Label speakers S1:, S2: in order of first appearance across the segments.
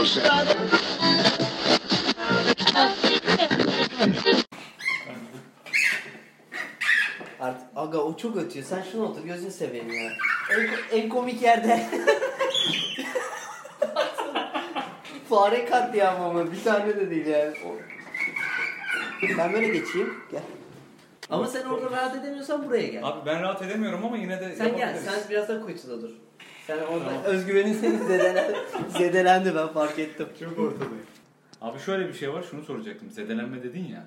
S1: başladı.
S2: Artık aga o çok ötüyor. Sen şuna otur gözünü seveyim ya. En, en komik yerde. Fare katliamı ama bir tane de değil yani. O- Ben böyle geçeyim. Gel. Ama sen orada rahat edemiyorsan buraya gel.
S3: Abi ben rahat edemiyorum ama yine de
S2: sen gel.
S3: yapabiliriz.
S2: Sen biraz daha kuytuda dur. Sen orada
S3: Tamam.
S2: özgüvenin seni zedelendi. zedelendi ben fark ettim.
S3: Çok ortadayım. Abi şöyle bir şey var şunu soracaktım. Zedelenme dedin ya.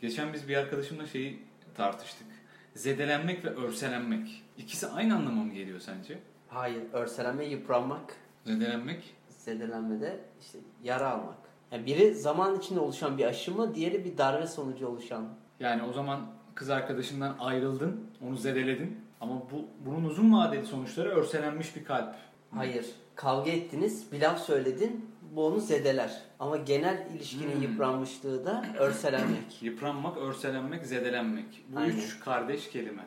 S3: Geçen biz bir arkadaşımla şeyi tartıştık. Zedelenmek ve örselenmek. İkisi aynı anlama mı geliyor sence?
S2: Hayır, örselenme yıpranmak.
S3: Zedelenmek.
S2: zedelenmede işte yara almak. Yani biri zaman içinde oluşan bir aşımı, diğeri bir darbe sonucu oluşan.
S3: Yani o zaman kız arkadaşından ayrıldın, onu zedeledin. Ama bu bunun uzun vadeli sonuçları örselenmiş bir kalp.
S2: Hayır. Kavga ettiniz, bir laf söyledin, bu onu zedeler. Ama genel ilişkinin
S3: Hmm.
S2: yıpranmışlığı da örselenmek.
S3: Yıpranmak, örselenmek, zedelenmek. Bu
S2: Aynen.
S3: üç kardeş kelime.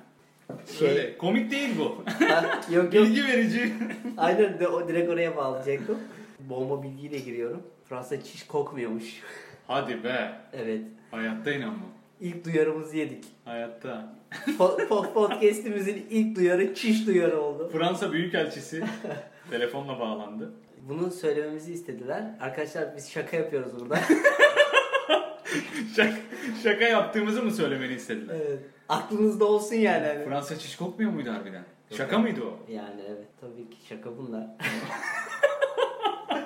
S2: Şey-
S3: Şöyle komik değil bu.
S2: Ha, yok yok.
S3: Bilgi verici.
S2: Aynen de o direkt oraya bağlayacaktım. Boğma bilgiyle giriyorum. Fransa çiş kokmuyormuş.
S3: Hadi be.
S2: evet.
S3: Hayatta inanma.
S2: İlk duyarımızı yedik.
S3: Hayatta.
S2: Po- po- podcast'imizin ilk duyarı çiş duyarı oldu.
S3: Fransa Büyükelçisi telefonla bağlandı.
S2: Bunu söylememizi istediler. Arkadaşlar biz şaka yapıyoruz burada.
S3: Şaka, şaka yaptığımızı mı söylemeni istediler?
S2: Evet. Aklınızda olsun yani. hani.
S3: Fransa çiş kokmuyor muydu harbiden? Şaka mıydı o?
S2: Yani evet tabii ki şaka bunlar.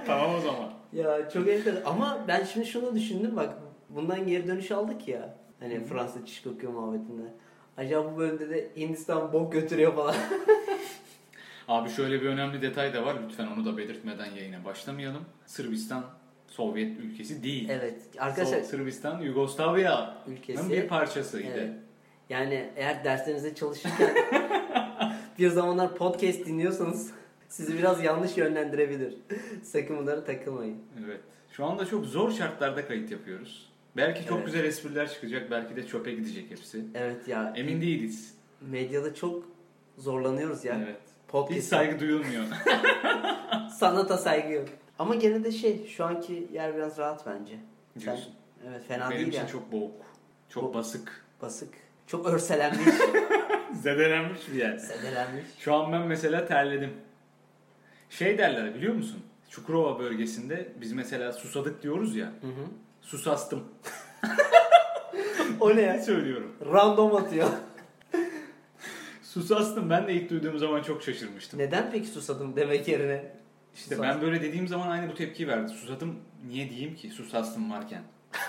S3: tamam o zaman.
S2: ya çok enteresan. Ama ben şimdi şunu düşündüm bak. Bundan geri dönüş aldık ya. Hani Fransa çiş kokuyor muhabbetinde. Acaba bu bölümde de Hindistan bok götürüyor falan.
S3: Abi şöyle bir önemli detay da var. Lütfen onu da belirtmeden yayına başlamayalım. Sırbistan Sovyet ülkesi değil.
S2: evet
S3: Arkadaşlar
S2: arkadaşlar
S3: Sırbistan Yugoslavya'nın
S2: ülkesi.
S3: bir parçasıydı.
S2: Evet. Yani eğer derslerinizde çalışırken bir zamanlar podcast dinliyorsanız sizi biraz yanlış yönlendirebilir. Sakın bunlara takılmayın.
S3: Evet. Şu anda çok zor şartlarda kayıt yapıyoruz. Belki çok
S2: Evet.
S3: güzel espriler çıkacak, belki de çöpe gidecek hepsi.
S2: Evet ya
S3: Emin değiliz.
S2: medyada çok zorlanıyoruz ya.
S3: Evet. Hiç
S2: Podcast
S3: saygı duyulmuyor.
S2: Sanata saygı yok. Ama gene de şey şu anki yer biraz rahat bence. Sen-
S3: Diyorsun.
S2: evet fena
S3: Benim
S2: değil
S3: için
S2: yani.
S3: çok boğuk. Çok
S2: Bo-
S3: basık.
S2: Basık. Çok örselenmiş.
S3: Zedelenmiş bir yer.
S2: zedelenmiş.
S3: Şu an ben mesela terledim. Şey derler biliyor musun? Çukurova bölgesinde biz mesela susadık diyoruz ya.
S2: Hı hı.
S3: Susastım.
S2: O ne
S3: Ben
S2: ya?
S3: söylüyorum.
S2: Random atıyor.
S3: Susastım. Ben de ilk duyduğum zaman çok şaşırmıştım.
S2: Neden peki susadım demek yerine?
S3: İşte ben böyle dediğim zaman aynı bu tepkiyi verdi. Susadım niye diyeyim ki susattım varken.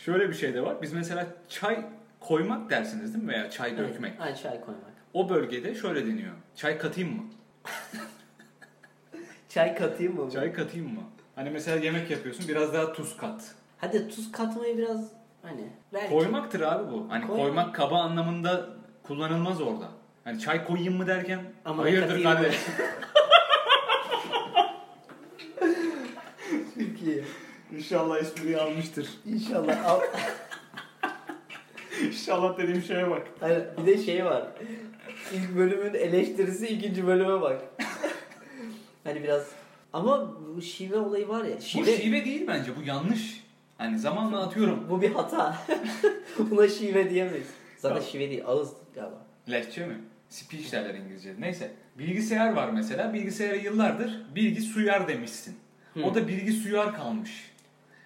S3: Şöyle bir şey de var. Biz mesela çay koymak dersiniz değil mi? Veya çay dökmek.
S2: Ay çay koymak.
S3: O bölgede şöyle deniyor. Çay katayım mı?
S2: Çay katayım mı?
S3: Çay katayım mı? Hani mesela yemek yapıyorsun biraz daha tuz kat.
S2: Hadi tuz katmayı biraz hani. Belki.
S3: Koymaktır abi bu. Hani
S2: Koymak.
S3: koymak, kaba anlamında kullanılmaz orada. Hani çay koyayım mı derken
S2: Ama
S3: hayırdır
S2: katayım mı?
S3: kardeş.
S2: Çok iyi.
S3: İnşallah espriyi almıştır.
S2: İnşallah. Al.
S3: İnşallah dediğim şeye bak.
S2: Hayır, bir de şey var. İlk bölümün eleştirisi ikinci bölüme bak. hani biraz ama bu şive olayı var ya.
S3: Bu şive değil bence bu yanlış. Hani zamanla atıyorum.
S2: Bu bir hata. Buna şive diyemeyiz. Zaten
S3: Tamam.
S2: şive değil, ağız galiba.
S3: Lehçe mi? Speech derler İngilizce'de. Neyse. Bilgisayar var mesela. Bilgisayara yıllardır bilgi suyar demişsin.
S2: Hı.
S3: O da bilgi suyar kalmış.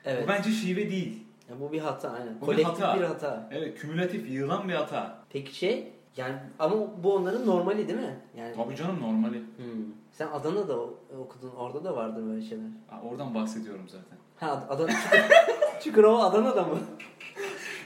S2: Evet.
S3: Bu bence şive değil.
S2: Ya bu bir hata aynen.
S3: Bu bir
S2: Kolektif bir
S3: hata.
S2: hata.
S3: Evet kümülatif yığılan bir hata.
S2: Peki şey yani ama bu onların normali değil mi? Yani
S3: Tabii canım normali.
S2: Hmm. Sen Adana'da o- okudun. Orada da vardır böyle şeyler.
S3: Aa, Oradan bahsediyorum zaten.
S2: Ha Ad- Adana Çukur- Çukurova Adana'da mı?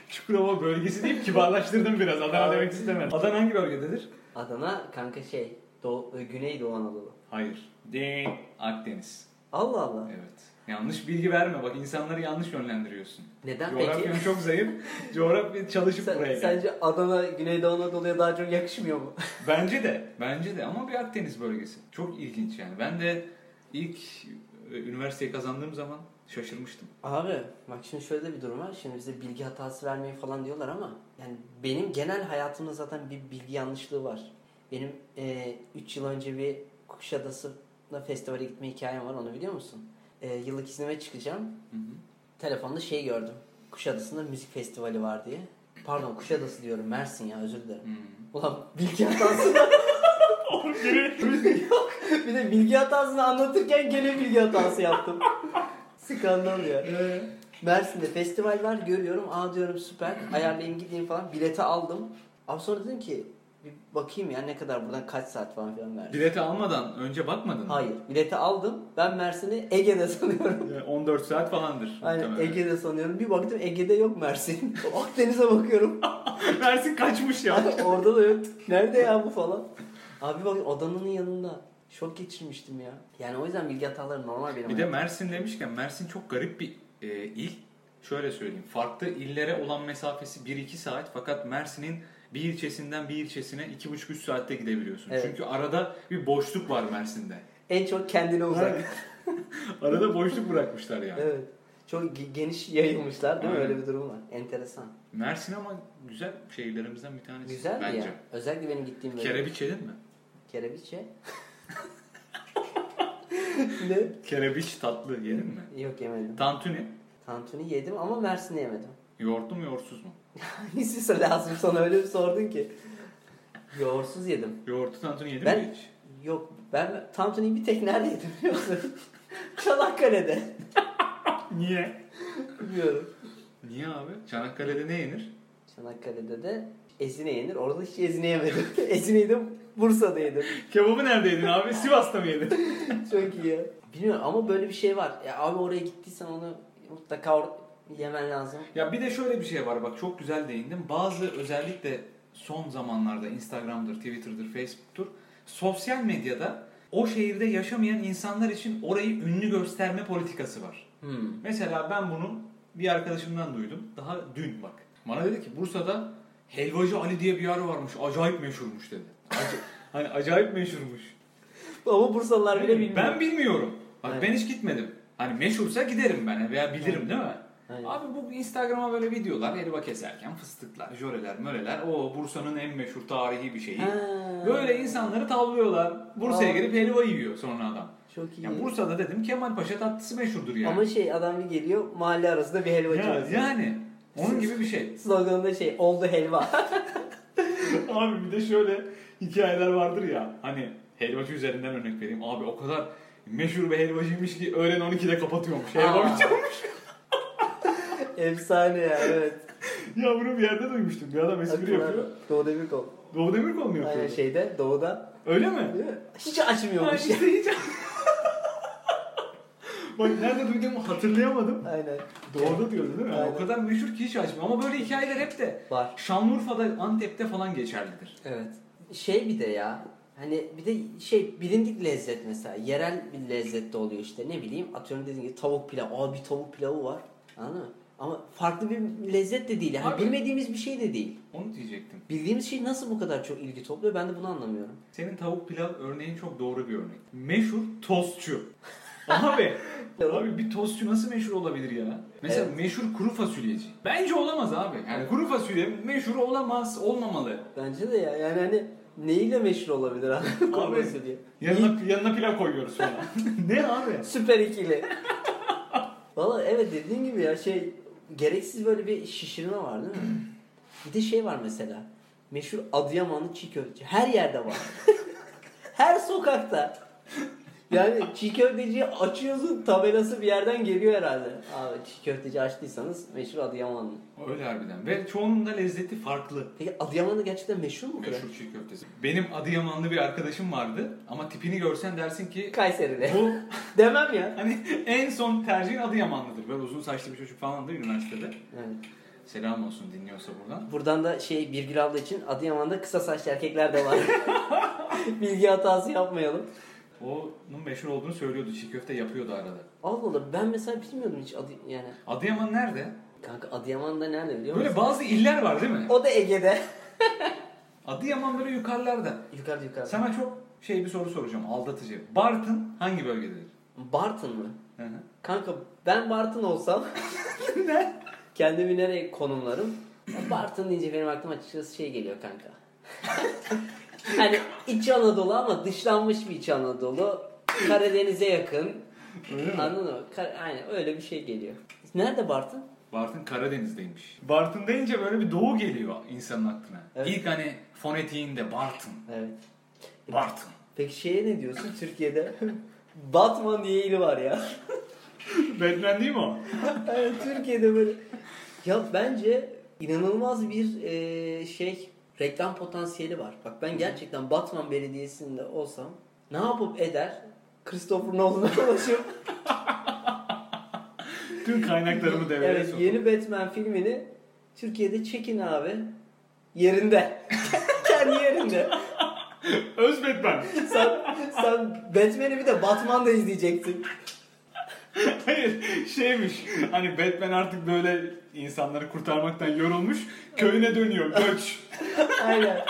S3: Çukurova bölgesi deyip kibarlaştırdım biraz. Adana
S2: Abi.
S3: demek istemedim. Adana hangi bölgededir?
S2: Adana kanka şey Doğu, Güneydoğu Anadolu.
S3: Hayır. Değil. Akdeniz.
S2: Allah Allah.
S3: Evet. Yanlış bilgi verme. Bak insanları yanlış yönlendiriyorsun.
S2: Neden peki?
S3: Coğrafyam çok zayıf. Coğrafya çalışıp
S2: Sen-
S3: buraya geldim.
S2: sence Adana Güneydoğu Anadolu'ya daha çok yakışmıyor mu?
S3: Bence de. Bence de ama bir Akdeniz bölgesi. Çok ilginç yani. Ben de ilk e, üniversiteyi kazandığım zaman şaşırmıştım.
S2: Abi bak şimdi şöyle de bir durum var. Şimdi bize bilgi hatası vermeyi falan diyorlar ama yani benim genel hayatımda zaten bir bilgi yanlışlığı var. Benim 3 yıl önce bir Kuşadası'na festivale gitme hikayem var onu biliyor musun? E, e, yıllık iznime çıkacağım.
S3: Hı hı.
S2: Telefonda şey gördüm. Kuşadası'nda müzik festivali var diye. Pardon Kuşadası diyorum Mersin ya özür dilerim.
S3: Hmm.
S2: Ulan bilgi hatasını... Yok, bir de bilgi hatasını anlatırken gene bilgi hatası yaptım. Skandal ya. Mersin'de festival var görüyorum. Aa diyorum süper. Ayarlayayım gideyim falan. Bileti aldım. Ama sonra dedim ki bir bakayım ya ne kadar buradan kaç saat falan filan Mersin.
S3: Bileti almadan önce bakmadın mı?
S2: Hayır. Bileti aldım. Ben Mersin'i Ege'de sanıyorum.
S3: Yani 14 saat falandır.
S2: Aynen
S3: muhtemelen.
S2: Ege'de sanıyorum. Bir baktım Ege'de yok Mersin. Akdeniz'e bakıyorum.
S3: Mersin kaçmış ya.
S2: Abi orada da yok. Nerede ya bu falan. Abi bak odanın yanında. Şok geçirmiştim ya. Yani o yüzden bilgi hataları normal benim.
S3: Bir de
S2: hayatımda.
S3: Mersin demişken Mersin çok garip bir e, il. Şöyle söyleyeyim. Farklı illere olan mesafesi 1-2 saat fakat Mersin'in bir ilçesinden bir ilçesine 2,5-3 saatte gidebiliyorsun.
S2: Evet.
S3: Çünkü arada bir boşluk var Mersin'de.
S2: En çok kendine uzak.
S3: Arada boşluk bırakmışlar yani.
S2: evet. Çok ge- geniş yayılmışlar değil mi?
S3: Aynen.
S2: Öyle bir durum var. Enteresan.
S3: Mersin ama güzel şehirlerimizden bir tanesi.
S2: Güzel
S3: bence.
S2: ya. Özellikle benim gittiğim bölge.
S3: Kerebiç yedin mi?
S2: Kerebiçe. ne?
S3: Kerebiç tatlı yedin mi?
S2: Yok yemedim.
S3: Tantuni.
S2: Tantuni yedim ama Mersin'de yemedim.
S3: Yoğurtlu mu yoğurtsuz mu?
S2: Hangisi lazım sana öyle bir sordun ki. Yoğursuz yedim.
S3: Yoğurtlu tantuni yedin
S2: Ben-
S3: mi hiç?
S2: Yok ben Tantuni'yi bir tek nerede yedim biliyor musun? Çanakkale'de.
S3: Niye?
S2: Bilmiyorum.
S3: Niye abi? Çanakkale'de ne yenir?
S2: Çanakkale'de de ezine yenir. Orada hiç ezine yemedim. ezine yedim Bursa'da yedim.
S3: Kebabı nerede yedin abi? Sivas'ta mı yedin?
S2: Çok iyi ya. Bilmiyorum ama böyle bir şey var. Ya abi oraya gittiysen onu mutlaka or- yemen lazım.
S3: Ya bir de şöyle bir şey var bak çok güzel değindim. Bazı özellikle son zamanlarda Instagram'dır, Twitter'dır, Facebook'tur. Sosyal medyada o şehirde yaşamayan insanlar için orayı ünlü gösterme politikası var.
S2: Hmm.
S3: Mesela ben bunu bir arkadaşımdan duydum. Daha dün bak. Bana dedi ki Bursa'da Helvacı Ali diye bir yer varmış. Acayip meşhurmuş dedi. Ac- hani acayip meşhurmuş.
S2: Ama Bursalılar bile bilmiyor.
S3: Ben bilmiyorum. Bak
S2: Aynen.
S3: ben hiç gitmedim. Hani meşhursa giderim ben veya bilirim değil mi?
S2: Aynen.
S3: Abi bu Instagram'a böyle videolar, helva keserken fıstıklar, jöleler, möleler. O Bursa'nın en meşhur tarihi bir şeyi.
S2: Ha.
S3: Böyle insanları tavlıyorlar. Bursa'ya
S2: Aa.
S3: gelip helva yiyor sonra adam.
S2: Çok iyi.
S3: Ya Bursa'da dedim Kemal Paşa tatlısı meşhurdur yani.
S2: Ama şey adam bir geliyor mahalle arasında bir helvacı
S3: Ya,
S2: var.
S3: yani onun gibi bir şey.
S2: Sloganında şey oldu helva.
S3: Abi bir de şöyle hikayeler vardır ya. Hani helvacı üzerinden örnek vereyim. Abi o kadar meşhur bir helvacıymış ki öğlen 12'de kapatıyormuş. Helva
S2: Aa.
S3: bitiyormuş.
S2: Efsane ya evet.
S3: Ya bunu bir yerde duymuştum. Bir adam espri
S2: Aklıma
S3: yapıyor.
S2: Doğu Demirkol.
S3: Doğu Demirkol mu
S2: Aynen
S3: yapıyor?
S2: Ee, şeyde doğuda.
S3: Öyle mi?
S2: Değil mi? Hiç açmıyormuş.
S3: işte hiç. Bak nerede duyduğumu hatırlayamadım.
S2: Aynen.
S3: Doğuda diyordu değil mi?
S2: Aynen.
S3: O kadar meşhur ki hiç açmıyor. Ama böyle hikayeler hep de
S2: Var.
S3: Şanlıurfa'da, Antep'te falan geçerlidir.
S2: Evet. Şey bir de ya. Hani bir de şey bilindik lezzet mesela. Yerel bir lezzette oluyor işte. Ne bileyim atıyorum dediğim gibi tavuk pilav. Aa bir tavuk pilavı var. Anladın mı? Ama farklı bir lezzet de değil. Yani
S3: Abi-
S2: bilmediğimiz bir şey de değil.
S3: Onu diyecektim.
S2: Bildiğimiz şey nasıl bu kadar çok ilgi topluyor ben de bunu anlamıyorum.
S3: Senin tavuk pilav örneğin çok doğru bir örnek. Meşhur tostçu. Abi, abi bir tostçu nasıl meşhur olabilir ya? Mesela
S2: Evet.
S3: meşhur kuru fasulyeci. Bence olamaz abi. Yani kuru fasulye meşhur olamaz, olmamalı.
S2: Bence de ya yani hani neyle meşhur olabilir abi? Kuru fasulye.
S3: Yanına, yanına pilav koyuyoruz sonra. ne abi?
S2: Süper ikili. Valla evet dediğin gibi ya şey gereksiz böyle bir şişirme var değil mi? Bir de şey var mesela. Meşhur Adıyamanlı çiğ köfteci. Her yerde var. Her sokakta. Yani çiğ köfteci açıyorsun tabelası bir yerden geliyor herhalde. Abi çiğ köfteci açtıysanız meşhur Adıyamanlı.
S3: Öyle harbiden. Ve çoğunun da lezzeti farklı.
S2: Peki Adıyamanlı gerçekten meşhur mu? bu kadar?
S3: Meşhur çiğ köftesi. Benim Adıyamanlı bir arkadaşım vardı ama tipini görsen dersin ki
S2: Kayseri'de.
S3: bu
S2: Demem ya.
S3: hani en son tercihin Adıyamanlıdır. Böyle uzun saçlı bir çocuk falandı üniversitede.
S2: Evet.
S3: Selam olsun dinliyorsa buradan.
S2: Buradan da şey Birgül abla için Adıyaman'da kısa saçlı erkekler de var. Bilgi hatası yapmayalım.
S3: Onun meşhur olduğunu söylüyordu. Çiğ köfte yapıyordu arada.
S2: Allah Allah ben mesela bilmiyordum hiç adı yani.
S3: Adıyaman nerede?
S2: Kanka Adıyaman'da nerede biliyor musun?
S3: Böyle bazı iller var değil mi?
S2: O da Ege'de.
S3: Adıyaman böyle yukarılarda.
S2: yukarıda yukarıda.
S3: Sana çok şey bir soru soracağım. Aldatıcı. Bartın hangi bölgededir?
S2: Bartın mı?
S3: Hı hı.
S2: Kanka ben Bartın olsam kendimi nereye konumlarım? Ya Bartın deyince benim aklıma açıkçası şey geliyor kanka. hani İç Anadolu ama dışlanmış bir İç Anadolu. Karadeniz'e yakın.
S3: Öyle mi?
S2: Anladın mı? Kar- Aynen öyle bir şey geliyor. Nerede Bartın?
S3: Bartın Karadeniz'deymiş. Bartın deyince böyle bir doğu geliyor insanın aklına.
S2: Evet.
S3: İlk hani fonetiğinde Bartın.
S2: Evet.
S3: Bartın.
S2: Peki şeye ne diyorsun Türkiye'de? Batman diye ili var ya.
S3: Batman değil mi o?
S2: Yani Türkiye'de böyle. Ya bence inanılmaz bir e, şey reklam potansiyeli var. Bak ben gerçekten Batman Belediyesi'nde olsam ne yapıp eder? Christopher Nolan'a ulaşıp
S3: Tüm kaynaklarımı devreye
S2: evet,
S3: sokup.
S2: yeni Batman filmini Türkiye'de çekin abi. Yerinde. Kendi yerinde.
S3: Öz Batman.
S2: Sen, sen Batman'i bir de Batman'da izleyeceksin.
S3: Hayır şeymiş hani Batman artık böyle insanları kurtarmaktan yorulmuş köyüne dönüyor göç.
S2: Aynen.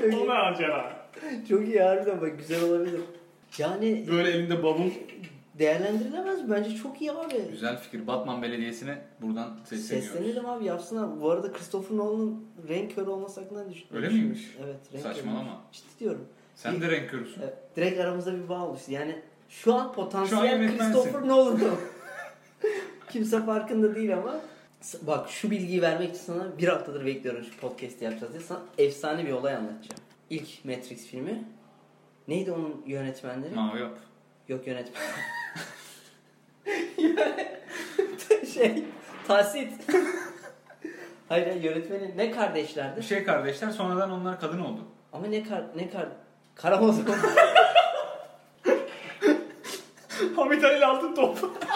S2: Çok iyi,
S3: Ona acaba.
S2: çok iyi harbiden bak güzel olabilir. Yani
S3: Böyle elinde bavul.
S2: değerlendirilemez bence çok iyi abi.
S3: Güzel fikir. Batman Belediyesi'ne buradan sesleniyoruz.
S2: Seslenelim abi yapsınlar. Bu arada Christopher Nolan'ın renk körü olması hakkında düşün.
S3: Öyle miymiş?
S2: Evet. renk körü.
S3: Saçmalama.
S2: Ciddi diyorum.
S3: Sen de renk körüsün.
S2: Evet, direkt aramızda bir bağ oluştu. Yani şu an
S3: Şu an
S2: potansiyel
S3: yönetmensin.
S2: Christopher Nolan'ım. Kimse farkında değil ama. S- Bak şu bilgiyi vermek için sana bir haftadır bekliyorum şu podcast'i yapacağız diye. Sana efsane bir olay anlatacağım. İlk Matrix filmi. Neydi onun yönetmenleri?
S3: Mavi yap.
S2: Yok yönetmen. şey, Tasit. hayır hayır, yönetmeni ne kardeşlerdi?
S3: Bir şey kardeşler sonradan onlar kadın oldu.
S2: Ama ne kar ne kar Karamazov.
S3: Hamit Ali altın top.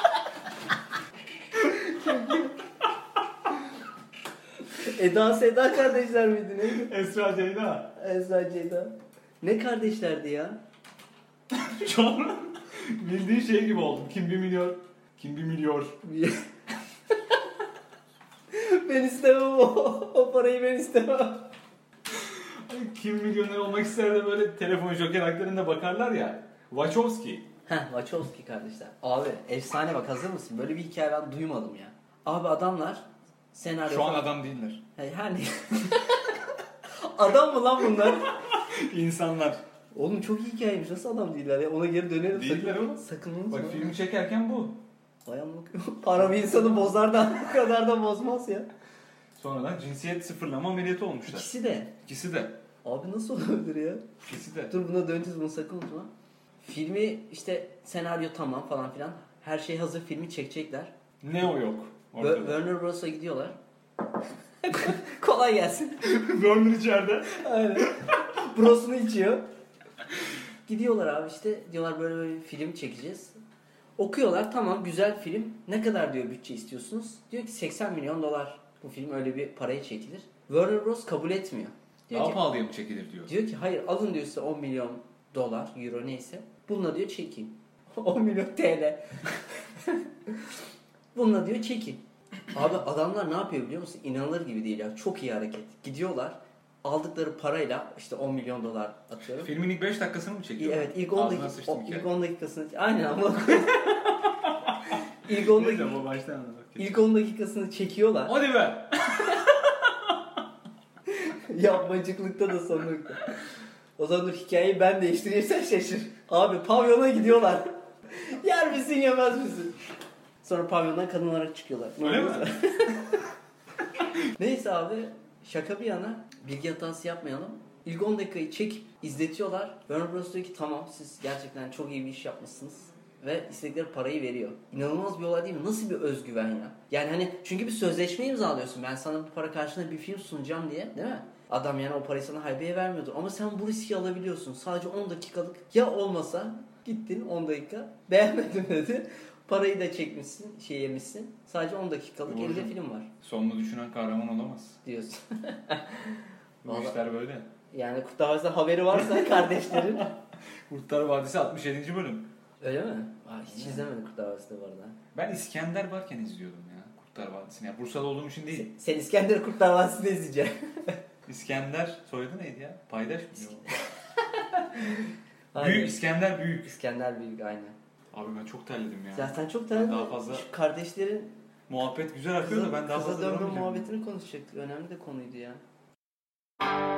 S2: Eda Seda kardeşler miydi neydi?
S3: Esra Ceyda.
S2: Ezra Ceyda. Ne kardeşlerdi ya?
S3: Şu an bildiğin şey gibi oldum. Kim bir milyon? Kim bir milyon?
S2: ben istemem o, o parayı ben istemem.
S3: Kim milyoner olmak ister de böyle telefon joker haklarında bakarlar ya. Wachowski.
S2: Heh Wachowski kardeşler. Abi efsane bak hazır mısın? Böyle bir hikaye ben duymadım ya. Abi adamlar senaryo
S3: Şu an adam değiller.
S2: Hey, Her ne. E, adam mı lan bunlar?
S3: İnsanlar.
S2: Oğlum çok iyi hikayeymiş. Nasıl adam değiller ya? Ona geri dönelim.
S3: Değiller
S2: sakın,
S3: ama.
S2: Sakın unutma.
S3: Bak filmi çekerken bu.
S2: Vay amına koyayım. Para bir insanı bozar da bu kadar da bozmaz ya.
S3: Sonradan cinsiyet sıfırlama ameliyatı olmuşlar.
S2: İkisi de.
S3: İkisi de.
S2: Abi nasıl olabilir ya?
S3: İkisi de.
S2: Dur buna döneceğiz bunu sakın unutma. Filmi işte senaryo tamam falan filan. Her şey hazır filmi çekecekler.
S3: Neo yok.
S2: Wör- Warner Bros'a gidiyorlar. Kolay gelsin.
S3: Werner içeride.
S2: Aynen. Brosunu içiyor. Gidiyorlar abi işte diyorlar böyle, böyle bir film çekeceğiz. Okuyorlar tamam güzel film. Ne kadar diyor bütçe istiyorsunuz? Diyor ki 80 milyon dolar. Bu film öyle bir paraya çekilir. Warner Bros kabul etmiyor. Diyor
S3: Daha
S2: ki,
S3: pahalıya mı çekilir diyor.
S2: diyor ki hayır alın diyor size 10 milyon dolar, euro neyse. Bununla diyor çekin. 10 milyon TL. Bununla diyor çekin. Abi adamlar ne yapıyor biliyor musun? İnanılır gibi değil ya. Çok iyi hareket. Gidiyorlar aldıkları parayla işte 10 milyon dolar atıyorum.
S3: Filmin ilk 5 dakikasını mı çekiyor?
S2: Evet ilk 10,
S3: Ağzına
S2: dakika,
S3: sıçtım
S2: o- ilk
S3: hikaye.
S2: 10 dakikasını aynen ama ilk 10 dakika,
S3: Neyse bu baştan anlamak.
S2: ilk 10 dakikasını çekiyorlar.
S3: Hadi be.
S2: Yapmacıklıkta da son nokta. O zaman dur hikayeyi ben değiştireyim sen şaşır. Abi pavyona gidiyorlar. Yer misin yemez misin? Sonra pavyondan kadın olarak çıkıyorlar. Ne
S3: Öyle mi?
S2: oluyorsa. Neyse abi şaka bir yana bilgi hatası yapmayalım. İlk 10 dakikayı çekip izletiyorlar. Warner Bros. diyor ki tamam siz gerçekten çok iyi bir iş yapmışsınız. Ve istedikleri parayı veriyor. İnanılmaz bir olay değil mi? Nasıl bir özgüven ya? Yani hani çünkü bir sözleşme imzalıyorsun. Ben sana bu para karşılığında bir film sunacağım diye değil mi? Adam yani o parayı sana haybeye vermiyordu. Ama sen bu riski alabiliyorsun. Sadece 10 dakikalık ya olmasa gittin 10 dakika beğenmedim dedi. Parayı da çekmişsin, şey yemişsin. Sadece 10 dakikalık
S3: Doğru.
S2: elinde film var
S3: Sonunu düşünen kahraman olamaz.
S2: diyorsun.
S3: Bu
S2: Vallahi-
S3: işler böyle.
S2: Yani Kurtlar Vadisi'nden haberi varsa kardeşlerin.
S3: Kurtlar Vadisi 67. bölüm.
S2: Öyle mi? Aa, hiç izlemedim Kurtlar Vadisi'ni bu arada.
S3: Ben İskender varken izliyordum ya Kurtlar Vadisi'ni. Ya Bursa'da olduğum için değil.
S2: Sen- Sen İskender Kurtlar Vadisi'ni izleyeceksin.
S3: İskender soyadı neydi ya? Paydaş mı?
S2: Aynen.
S3: Büyük İskender büyük.
S2: İskender Büyük aynen.
S3: Abi ben çok terledim ya.
S2: Zaten çok tane
S3: Daha fazla-
S2: şu kardeşlerin
S3: Muhabbet güzel akıyor da
S2: kıza,
S3: ben daha
S2: kıza
S3: fazla
S2: dönme
S3: duramayacağım.
S2: muhabbetini konuşacaktık. Önemli de konuydu ya.